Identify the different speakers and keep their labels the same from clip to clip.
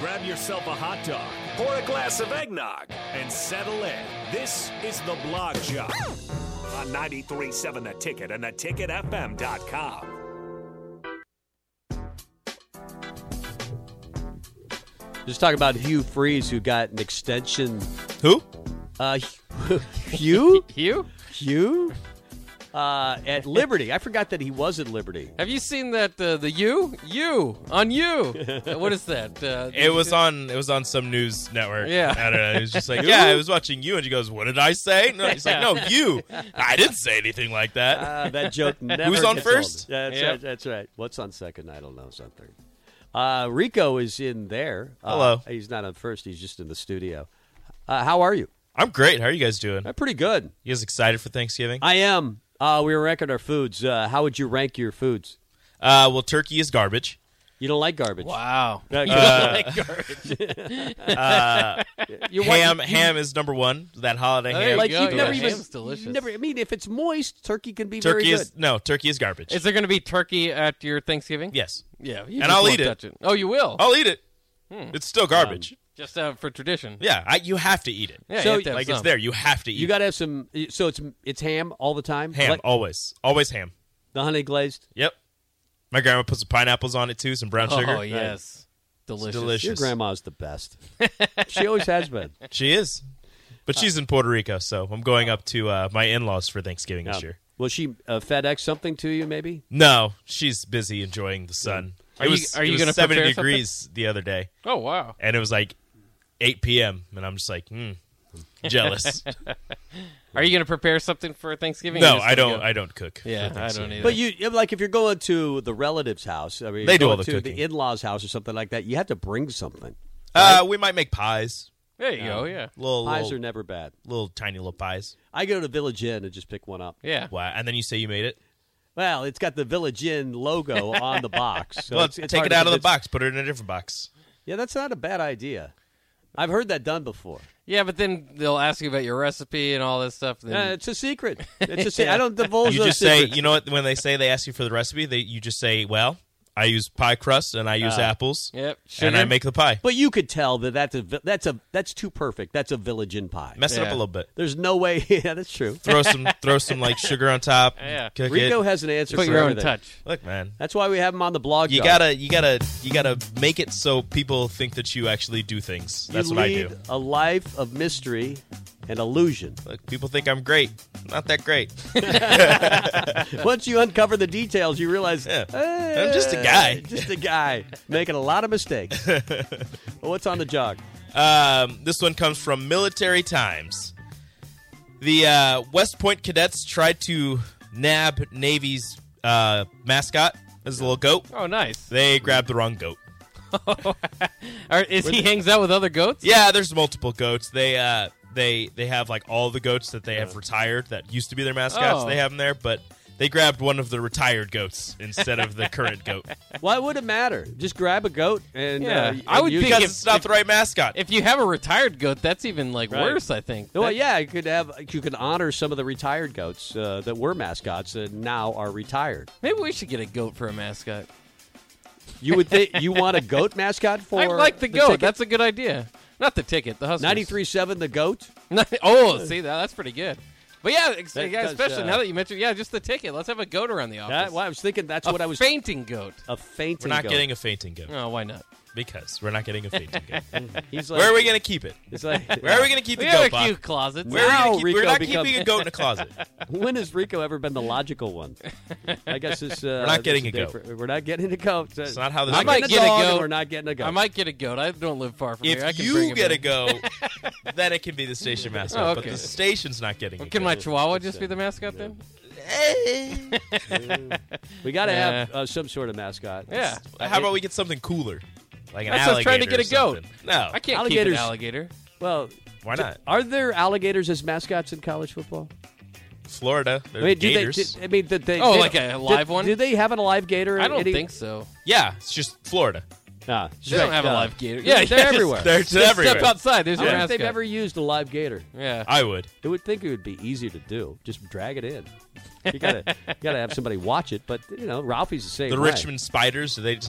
Speaker 1: Grab yourself a hot dog, pour a glass of eggnog, and settle in. This is the Blog Job on 93.7 The Ticket and theticketfm.com.
Speaker 2: Just talking about Hugh Freeze, who got an extension.
Speaker 3: Who?
Speaker 2: Uh, Hugh?
Speaker 4: Hugh,
Speaker 2: Hugh? Uh, at Liberty. I forgot that he was at Liberty.
Speaker 4: have you seen that uh, the you you on you? Uh, what is that? Uh,
Speaker 3: It was on. It was on some news network.
Speaker 4: Yeah.
Speaker 3: I don't know. It was just like, yeah, I was watching you, and she goes, "What did I say?" No, he's like, "No, you. I didn't say anything like that."
Speaker 4: Uh,
Speaker 2: Ah, that joke never.
Speaker 3: Who's on
Speaker 2: gets
Speaker 3: first?
Speaker 2: old. That's,
Speaker 4: Yep.
Speaker 2: right, that's right. What's on second? I don't know. It's on third. Uh, Rico is in there. Uh,
Speaker 3: Hello.
Speaker 2: He's not on first. He's just in the studio. Uh, how are you?
Speaker 3: I'm great. How are you guys doing?
Speaker 2: I'm pretty good.
Speaker 3: You guys excited for Thanksgiving?
Speaker 2: I am. Uh, we were ranking our foods. Uh, how would you rank your foods?
Speaker 3: Uh, well, turkey is garbage.
Speaker 2: You don't like garbage.
Speaker 4: wow.
Speaker 2: Uh,
Speaker 4: You Oh, want-
Speaker 3: Uh, Ham, ham is number one. That holiday
Speaker 4: There
Speaker 3: ham.
Speaker 4: you
Speaker 2: like
Speaker 4: go,
Speaker 2: you've
Speaker 4: yeah.
Speaker 2: never
Speaker 4: Ham's
Speaker 2: even.
Speaker 4: delicious.
Speaker 2: you've never- I mean, if it's moist, turkey can be
Speaker 3: turkey
Speaker 2: very good.
Speaker 3: is no. Turkey is garbage.
Speaker 4: Is there going to be turkey at your Thanksgiving?
Speaker 3: yes,
Speaker 4: yeah. Hmm. you
Speaker 3: And
Speaker 4: just
Speaker 3: I'll
Speaker 4: won't
Speaker 3: eat it.
Speaker 4: touch Oh, you will.
Speaker 3: I'll eat it. It's still garbage.
Speaker 4: just uh, for tradition.
Speaker 3: yeah, I, you have to eat it.
Speaker 4: Yeah, you
Speaker 2: So-
Speaker 4: have to have
Speaker 3: like it's
Speaker 4: some.
Speaker 3: there. You have to eat.
Speaker 2: You got to have some. So it's it's ham all the time.
Speaker 3: it. ham
Speaker 2: Like
Speaker 3: always, always ham.
Speaker 2: the honey glazed.
Speaker 3: Yep. My grandma puts some pineapples on it too, some brown sugar.
Speaker 4: Oh yes, delicious.
Speaker 3: delicious.
Speaker 2: Your
Speaker 3: Just-
Speaker 2: grandma's the best. she always has been.
Speaker 3: She is, but she's in Puerto Rico, so I'm going up to uh, my in-laws for Thanksgiving this year.
Speaker 2: Will she uh, FedEx something to you? Maybe.
Speaker 3: No, she's busy enjoying the sun.
Speaker 4: Are
Speaker 3: it
Speaker 4: you-
Speaker 3: was,
Speaker 4: are you
Speaker 3: it was
Speaker 4: gonna
Speaker 3: 70
Speaker 4: prepare something?
Speaker 3: degrees the other day,
Speaker 4: Oh wow.
Speaker 3: and it was like 8 p.m. and I'm just like, hmm, jealous.
Speaker 4: Are you going to prepare something for Thanksgiving?
Speaker 3: no,
Speaker 4: You're just
Speaker 3: I
Speaker 4: gonna
Speaker 3: don't.
Speaker 4: go-
Speaker 3: I don't cook. for
Speaker 4: yeah, I don't
Speaker 3: Thanksgiving.
Speaker 4: either.
Speaker 2: But you yeah, like if you're going to the relative's house, I mean,
Speaker 3: They do
Speaker 2: going
Speaker 3: all the
Speaker 2: to
Speaker 3: cooking.
Speaker 2: the in-laws' house or something like that. You have to bring something.
Speaker 3: Uh, we might make pies.
Speaker 4: there you go. Yeah,
Speaker 3: Little
Speaker 2: Pies
Speaker 3: little,
Speaker 2: are never bad.
Speaker 3: little tiny little pies.
Speaker 2: I go to Village Inn and just pick one up.
Speaker 4: yeah.
Speaker 3: Wow. And then you say you made it.
Speaker 2: Well, it's got the Village Inn logo on the box. So
Speaker 3: well,
Speaker 2: it's, it's
Speaker 3: take
Speaker 2: hard
Speaker 3: it
Speaker 2: to
Speaker 3: out of the
Speaker 2: convince-
Speaker 3: box. Put it in a different box.
Speaker 2: Yeah, that's not a bad idea. I've heard that done before.
Speaker 4: Yeah, but then they'll ask you about your recipe and all this stuff. and
Speaker 2: Uh,
Speaker 4: Then
Speaker 2: it's a secret. It's a se- I don't divulge
Speaker 3: you
Speaker 2: those
Speaker 3: just say,
Speaker 2: secrets.
Speaker 3: you know what? When they say they ask you for the recipe, they you just say, well, I use pie crust and I use apples.
Speaker 4: yep,
Speaker 3: And I
Speaker 4: sugar.
Speaker 3: make the pie.
Speaker 2: but you could tell that that's a vi- that's a that's too perfect. That's a Village Inn pie.
Speaker 3: Mess it up a
Speaker 4: Yeah.
Speaker 3: little bit.
Speaker 2: There's no way. Yeah, that's true.
Speaker 3: Throw some, throw some like sugar on top.
Speaker 4: Yeah.
Speaker 3: Cook
Speaker 2: Rico
Speaker 3: it.
Speaker 2: has an answer
Speaker 4: put
Speaker 2: for
Speaker 4: your own
Speaker 2: everything.
Speaker 4: touch.
Speaker 3: Look, man.
Speaker 2: That's why we have him on the blog.
Speaker 3: You
Speaker 2: Job.
Speaker 3: gotta, you gotta, you gotta make it so people think that you actually do things.
Speaker 2: You
Speaker 3: That's what I
Speaker 2: lead
Speaker 3: do.
Speaker 2: A life of mystery and illusion.
Speaker 3: Look, people think I'm great. Not that great.
Speaker 2: Once you uncover the details, you realize
Speaker 3: Yeah.
Speaker 2: "Hey,
Speaker 3: I'm just a guy."
Speaker 2: just a guy making a lot of mistakes. well, what's on the jog?
Speaker 3: Um, this one comes from Military Times. The uh, West Point cadets tried to nab Navy's uh, mascot as a little goat.
Speaker 4: Oh, nice.
Speaker 3: They grabbed the wrong goat.
Speaker 4: Or is he hangs out with other goats?
Speaker 3: Yeah, there's multiple goats. They uh, they they have like all the goats that they have retired that used to be their mascots.
Speaker 4: Oh.
Speaker 3: They have them there, but they grabbed one of the retired goats instead of the current goat
Speaker 2: Why would it matter? Just grab a goat and
Speaker 4: Yeah.
Speaker 2: uh,
Speaker 4: I
Speaker 2: and
Speaker 4: would
Speaker 2: use
Speaker 4: think
Speaker 3: because
Speaker 2: it.
Speaker 4: if-
Speaker 3: it's not the right mascot.
Speaker 4: If you have a retired goat, that's even like
Speaker 2: Right.
Speaker 4: worse. I think.
Speaker 2: Well,
Speaker 4: That-
Speaker 2: yeah, you could have you could honor some of the retired goats uh, that were mascots and now are retired.
Speaker 4: Maybe we should get a goat for a mascot.
Speaker 2: You would think you want a goat mascot for?
Speaker 4: I like the, goat.
Speaker 2: ticket?
Speaker 4: That's a good idea. Not the ticket. The Huskers.
Speaker 2: 93.7 the goat
Speaker 4: oh, see that? That's pretty good. But yeah, ex-
Speaker 2: That
Speaker 4: yeah,
Speaker 2: does,
Speaker 4: especially
Speaker 2: uh,
Speaker 4: now that you mentioned, yeah, just the ticket. Let's have a goat around the office.
Speaker 2: that, well, i was thinking that's
Speaker 4: A
Speaker 2: what i was
Speaker 4: fainting goat.
Speaker 2: a fainting
Speaker 3: We're not
Speaker 2: goat.
Speaker 3: getting a fainting goat.
Speaker 4: Oh, why not?
Speaker 3: because we're not getting a feed together.
Speaker 2: He's like,
Speaker 3: Where are we going to keep it?
Speaker 2: It's like,
Speaker 3: Where are we going to keep
Speaker 4: We
Speaker 3: the goat,
Speaker 4: have a
Speaker 3: Bob?
Speaker 4: few closets.
Speaker 3: Where are
Speaker 2: Now
Speaker 3: we gonna keep, we're
Speaker 2: Rico
Speaker 3: not
Speaker 2: becomes-
Speaker 3: keeping a goat in a closet.
Speaker 2: when has Rico ever been the logical one? I guess it's. Uh,
Speaker 3: We're not
Speaker 2: this
Speaker 3: getting
Speaker 2: is
Speaker 3: a goat.
Speaker 2: for- we're not getting a goat.
Speaker 3: It's not how this
Speaker 2: I
Speaker 3: is
Speaker 2: might
Speaker 3: gonna
Speaker 2: get a
Speaker 4: go.
Speaker 2: dog, and We're not getting a goat.
Speaker 4: I might get a goat. I don't live far from here. I
Speaker 3: If
Speaker 4: can bring
Speaker 3: you
Speaker 4: him
Speaker 3: get
Speaker 4: in.
Speaker 3: a goat, then it can be the station mascot.
Speaker 4: Oh,
Speaker 3: But
Speaker 4: okay.
Speaker 3: the station's not getting.
Speaker 4: Well,
Speaker 3: a
Speaker 4: can my
Speaker 3: goat.
Speaker 4: chihuahua just be the mascot then?
Speaker 3: Eh.
Speaker 2: We got to
Speaker 4: Yeah.
Speaker 2: have uh, some sort of mascot.
Speaker 4: Yeah.
Speaker 3: How about we get something cooler, like an
Speaker 4: That's
Speaker 3: alligator?
Speaker 4: us trying to
Speaker 3: or
Speaker 4: get a goat.
Speaker 3: something. No,
Speaker 4: I can't
Speaker 2: Alligators-
Speaker 4: keep an alligator.
Speaker 2: Well,
Speaker 3: Why not?
Speaker 2: Are there alligators as mascots in college football?
Speaker 3: Florida. They're
Speaker 2: I mean, do they?
Speaker 3: gators.
Speaker 2: Do, I mean, did they?
Speaker 4: Oh,
Speaker 2: they-
Speaker 4: like a live
Speaker 2: did-
Speaker 4: one?
Speaker 2: Do they have an alive gator?
Speaker 4: I don't
Speaker 2: any-
Speaker 4: think so.
Speaker 3: yeah, it's just Florida.
Speaker 2: Ah,
Speaker 4: They
Speaker 2: right,
Speaker 4: don't have
Speaker 2: uh,
Speaker 4: a live gator.
Speaker 2: They're,
Speaker 4: Yeah,
Speaker 2: they're
Speaker 4: yeah, just-
Speaker 2: everywhere.
Speaker 3: They're
Speaker 4: just
Speaker 3: everywhere.
Speaker 4: Step outside. There's
Speaker 2: I
Speaker 4: your
Speaker 2: don't
Speaker 3: Yeah.
Speaker 2: think
Speaker 4: mascot.
Speaker 2: they've ever used a live gator.
Speaker 4: yeah.
Speaker 3: I would.
Speaker 2: It would think it would be easy to do. Just drag it in. You gotta, you gotta have somebody watch it. But you know, Ralphie's the same.
Speaker 3: The
Speaker 2: way.
Speaker 3: Richmond Spiders. They just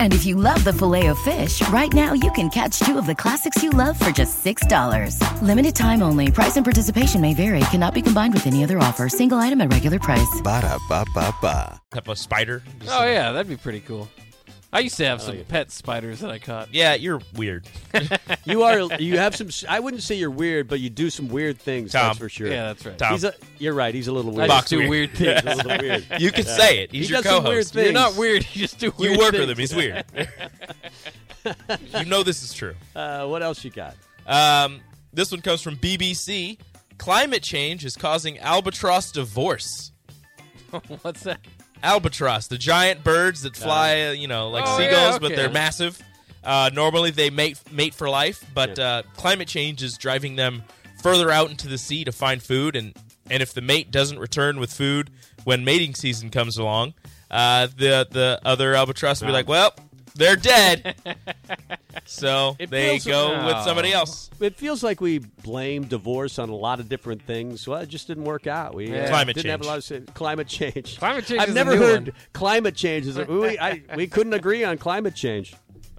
Speaker 5: And if you love the filet of fish, right now you can catch two of the classics you love for just $6. Limited time only. Price and participation may vary. Cannot be combined with any other offer. Single item at regular price.
Speaker 6: Ba-da-ba-ba-ba.
Speaker 3: have a spider. Just
Speaker 4: Oh
Speaker 3: like-
Speaker 4: yeah, that'd be pretty cool. I used to have some pet spiders that I caught.
Speaker 3: Yeah, you're weird.
Speaker 2: You are. You have some. I wouldn't say you're weird, but you do some weird things.
Speaker 3: Tom.
Speaker 2: That's for sure.
Speaker 4: Yeah, that's right.
Speaker 3: Tom.
Speaker 2: He's a, you're right. He's a little
Speaker 4: I
Speaker 2: weird.
Speaker 3: Box
Speaker 4: just do
Speaker 3: weird.
Speaker 4: weird, things.
Speaker 2: He's a little weird.
Speaker 3: You can say it. He's
Speaker 2: He
Speaker 3: your
Speaker 2: does some
Speaker 3: co-host.
Speaker 2: weird
Speaker 4: You're not
Speaker 2: things.
Speaker 4: weird. You just do weird.
Speaker 3: You work
Speaker 4: things.
Speaker 3: with him. He's weird. you know this is true.
Speaker 2: Uh, what else you got?
Speaker 3: Um, this one comes from BBC. Climate change is causing albatross divorce.
Speaker 4: What's that?
Speaker 3: Albatross, the giant birds that fly, uh, you know, like
Speaker 4: Oh, yeah,
Speaker 3: seagulls, but
Speaker 4: okay.
Speaker 3: they're massive. Uh, normally they mate mate for life, but uh, climate change is driving them further out into the sea to find food, and and if the mate doesn't return with food when mating season comes along, uh, the the other albatross will be like, well, they're dead. so
Speaker 2: It
Speaker 3: they
Speaker 2: feels-
Speaker 3: go with
Speaker 4: Oh.
Speaker 3: somebody else.
Speaker 2: It feels like we blame divorce on a lot of different things. Well, it just didn't work out. We uh,
Speaker 3: Climate
Speaker 2: didn't have a
Speaker 3: change.
Speaker 2: lot of sa- climate change.
Speaker 4: Climate change
Speaker 2: I've
Speaker 4: is a
Speaker 2: never
Speaker 4: new
Speaker 2: heard
Speaker 4: one.
Speaker 2: climate change. Is a- we, I, we couldn't agree on climate change.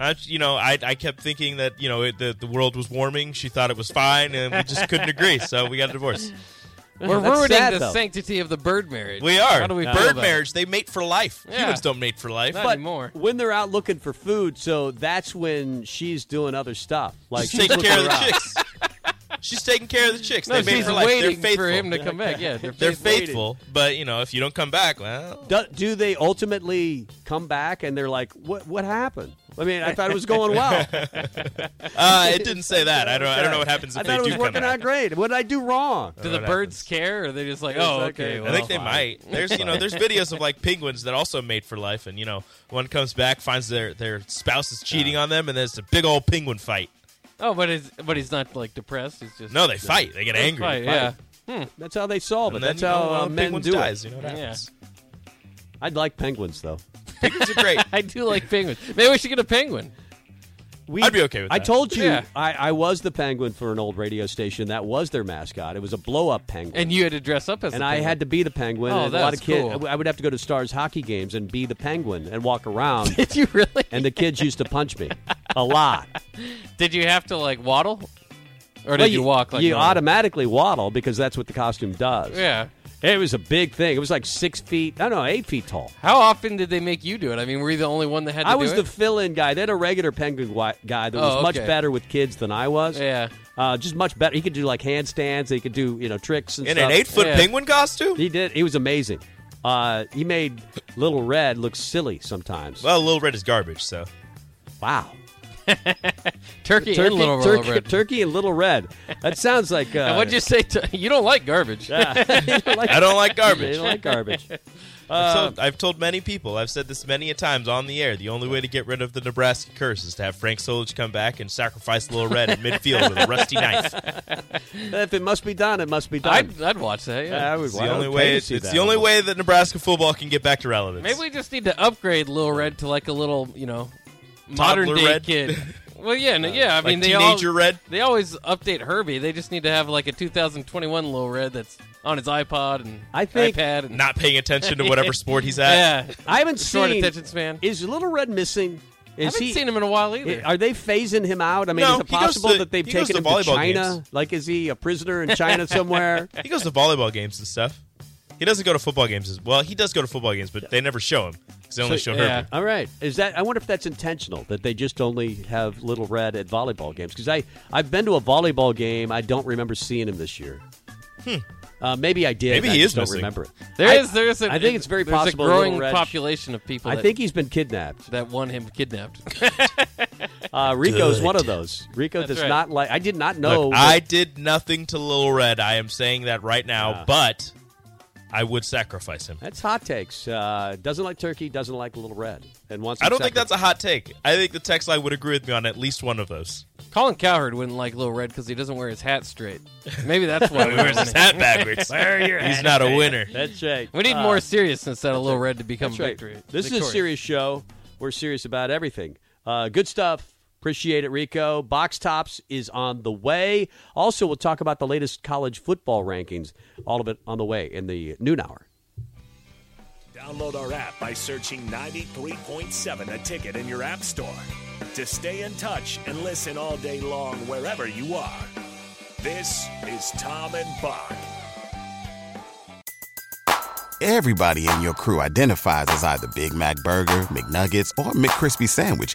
Speaker 3: I, you know, I, I kept thinking that you know it, the the world was warming. She thought it was fine, and we just couldn't agree. So we got a divorce.
Speaker 4: We're
Speaker 2: That's
Speaker 4: ruining
Speaker 2: sad,
Speaker 4: the
Speaker 2: though.
Speaker 4: sanctity of the bird marriage.
Speaker 3: We are
Speaker 4: How do we feel
Speaker 3: bird
Speaker 4: about it?
Speaker 3: marriage. They mate for life.
Speaker 4: Yeah.
Speaker 3: Humans don't mate for life.
Speaker 4: Not
Speaker 2: But
Speaker 4: anymore.
Speaker 2: when they're out looking for food, so that's when she's doing other stuff. Like
Speaker 3: she's
Speaker 2: she's
Speaker 3: taking
Speaker 2: looking
Speaker 3: care of the
Speaker 2: around.
Speaker 3: chicks. she's taking care of the chicks.
Speaker 4: No,
Speaker 3: they mate
Speaker 4: she's
Speaker 3: for life. They're
Speaker 4: waiting
Speaker 3: faithful.
Speaker 4: for him to come back. Yeah, they're,
Speaker 3: They're
Speaker 4: faithful.
Speaker 2: waiting.
Speaker 3: faithful, but you know, if you don't come back, well,
Speaker 2: Do, do they ultimately come back and they're like, "What? What happened?" I mean, I thought it was going well.
Speaker 3: uh, it didn't say that. I don't. I don't know what happens
Speaker 2: I
Speaker 3: if
Speaker 2: thought it
Speaker 3: they
Speaker 2: was
Speaker 3: do come
Speaker 2: working out
Speaker 3: back.
Speaker 2: great. What did I do wrong?
Speaker 4: Do the
Speaker 3: what
Speaker 4: birds care, or are they just like, oh, okay?
Speaker 2: okay.
Speaker 3: I think they
Speaker 4: well,
Speaker 3: might. There's you know there's videos of like penguins that also mate for life, and you know one comes back finds their their spouse is cheating on them, and there's a big old penguin fight.
Speaker 4: Oh, but it's but he's not like depressed. He's just
Speaker 3: No, they fight. They get
Speaker 4: They
Speaker 3: angry.
Speaker 4: fight, yeah.
Speaker 2: That's how they solve it.
Speaker 3: And then,
Speaker 2: That's
Speaker 3: you know,
Speaker 2: how
Speaker 3: one
Speaker 2: uh,
Speaker 3: of the
Speaker 2: men
Speaker 3: penguins
Speaker 2: do
Speaker 3: dies.
Speaker 2: it.
Speaker 3: You know what
Speaker 4: Yeah.
Speaker 3: happens?
Speaker 2: I'd like penguins though.
Speaker 3: Penguins are great.
Speaker 4: I do like penguins. Maybe we should get a penguin.
Speaker 2: We,
Speaker 3: I'd be okay with
Speaker 2: I
Speaker 3: that.
Speaker 2: told you
Speaker 4: Yeah.
Speaker 2: I, I was the penguin for an old radio station. That was their mascot. It was a blow up penguin.
Speaker 4: And you had to dress up as.
Speaker 2: And
Speaker 4: the
Speaker 2: I
Speaker 4: penguin.
Speaker 2: had to be the penguin.
Speaker 4: Oh,
Speaker 2: and a lot
Speaker 4: that's
Speaker 2: of kids.
Speaker 4: cool.
Speaker 2: I would have to go to Stars hockey games and be the penguin and walk around.
Speaker 4: Did you really?
Speaker 2: and the kids used to punch me a lot.
Speaker 4: Did you have to like waddle, or did
Speaker 2: Well,
Speaker 4: you, walk like
Speaker 2: you
Speaker 4: normal?
Speaker 2: automatically waddle because that's what the costume does.
Speaker 4: Yeah.
Speaker 2: It was a big thing. It was like six feet. I don't know, eight feet tall.
Speaker 4: How often did they make you do it? I mean, were you the only one that had to
Speaker 2: I
Speaker 4: do
Speaker 2: was
Speaker 4: it?
Speaker 2: the fill-in guy. They had a regular penguin wi- guy that was
Speaker 4: Oh,
Speaker 2: much
Speaker 4: okay.
Speaker 2: better with kids than I was.
Speaker 4: Yeah.
Speaker 2: uh, just much better. He could do like handstands. He could do you know tricks and
Speaker 3: In
Speaker 2: stuff.
Speaker 3: an eight foot
Speaker 4: Yeah.
Speaker 3: penguin costume?
Speaker 2: He did. He was amazing. Uh, he made Little Red look silly sometimes.
Speaker 3: Well, Little Red is garbage, so.
Speaker 2: wow.
Speaker 4: turkey,
Speaker 2: Turkey,
Speaker 4: and little
Speaker 2: turkey,
Speaker 4: Royal Red.
Speaker 2: turkey and Little Red. That sounds like. Uh,
Speaker 4: And what'd you say? To, you don't like garbage.
Speaker 2: like,
Speaker 3: I don't like
Speaker 2: They
Speaker 3: garbage.
Speaker 2: don't like Um, garbage.
Speaker 3: I've, told, I've told many people, I've said this many a times on the air, the only way to get rid of the Nebraska curse is to have Frank Solich come back and sacrifice Little Red in midfield with a rusty knife.
Speaker 2: if it must be done, it must be done.
Speaker 4: I'd, I'd watch that. Yeah.
Speaker 2: I would-
Speaker 3: It's
Speaker 2: I
Speaker 3: the
Speaker 2: would
Speaker 3: only
Speaker 2: pay
Speaker 3: way
Speaker 2: to
Speaker 3: it's
Speaker 2: see that.
Speaker 3: the only way that Nebraska football can get back to relevance.
Speaker 4: Maybe we just need to upgrade Little Red to like a little, you know, modern
Speaker 3: Toddler
Speaker 4: day
Speaker 3: Red.
Speaker 4: kid. Well, yeah,
Speaker 2: Uh,
Speaker 4: and yeah. I
Speaker 3: like
Speaker 4: mean, they
Speaker 3: Teenager
Speaker 4: all,
Speaker 3: Red?
Speaker 4: They always update Herbie. They just need to have like a 2021 little red that's on his iPod and
Speaker 2: I think-
Speaker 4: iPad and
Speaker 3: Not paying attention to whatever sport he's at.
Speaker 4: yeah.
Speaker 2: I haven't
Speaker 4: Short
Speaker 2: seen.
Speaker 4: attention span.
Speaker 2: Is Little Red missing? Is
Speaker 4: I haven't
Speaker 2: he,
Speaker 4: seen him in a while either.
Speaker 2: Are they phasing him out? I mean,
Speaker 3: No,
Speaker 2: is it
Speaker 3: he goes
Speaker 2: possible
Speaker 3: to-
Speaker 2: that they've
Speaker 3: he goes
Speaker 2: taken
Speaker 3: to
Speaker 2: him to
Speaker 3: volleyball
Speaker 2: China?
Speaker 3: games.
Speaker 2: Like, is he a prisoner in China somewhere?
Speaker 3: He goes to volleyball games and stuff. He doesn't go to football games. As, well, he does go to football games, but they never show him because they only
Speaker 2: So-
Speaker 3: show
Speaker 4: yeah.
Speaker 3: Herbie.
Speaker 2: All right. Is that? I wonder if that's intentional that they just only have Little Red at volleyball games because I I've been to a volleyball game. I don't remember seeing him this year. Hmm. Uh, maybe I did.
Speaker 3: Maybe
Speaker 2: I
Speaker 3: he
Speaker 2: just
Speaker 3: is
Speaker 2: don't
Speaker 3: missing.
Speaker 2: remember it.
Speaker 4: There
Speaker 2: I-
Speaker 4: is, there is. A,
Speaker 2: I think it's very
Speaker 4: there's
Speaker 2: possible.
Speaker 4: a
Speaker 2: Little
Speaker 4: growing
Speaker 2: Red-
Speaker 4: population of people.
Speaker 2: I
Speaker 4: that,
Speaker 2: think he's been kidnapped.
Speaker 4: that want him kidnapped.
Speaker 2: Uh, Rico's one of those. Rico
Speaker 4: That's
Speaker 2: does
Speaker 4: right.
Speaker 2: not like. I did not know.
Speaker 3: Look,
Speaker 2: that-
Speaker 3: I did nothing to Little Red. I am saying that right now, but I would sacrifice him.
Speaker 2: that's hot takes. Uh, doesn't like turkey. Doesn't like Little Red. And wants.
Speaker 3: I don't think that's a hot take. I think the text line would agree with me on at least one of those.
Speaker 4: Colin Cowherd wouldn't like Little Red because he doesn't wear his hat straight. Maybe that's why.
Speaker 3: He
Speaker 4: we
Speaker 3: wears
Speaker 4: don't
Speaker 3: his
Speaker 4: want him.
Speaker 3: hat backwards. He's not a winner.
Speaker 2: That's right.
Speaker 4: We need
Speaker 2: Uh,
Speaker 4: more seriousness out of Little Red to become
Speaker 2: That's right.
Speaker 4: victory.
Speaker 2: This is
Speaker 4: victorious.
Speaker 2: a serious show. We're serious about everything. Uh, good stuff. Appreciate it, Rico. Box Tops is on the way. Also, we'll talk about the latest college football rankings. All of it on the way in the noon hour.
Speaker 1: Download our app by searching 93.7 a ticket in your app store to stay in touch and listen all day long wherever you are. This is Tom and Bach.
Speaker 6: Everybody in your crew identifies as either Big Mac Burger, McNuggets, or McCrispy Sandwich.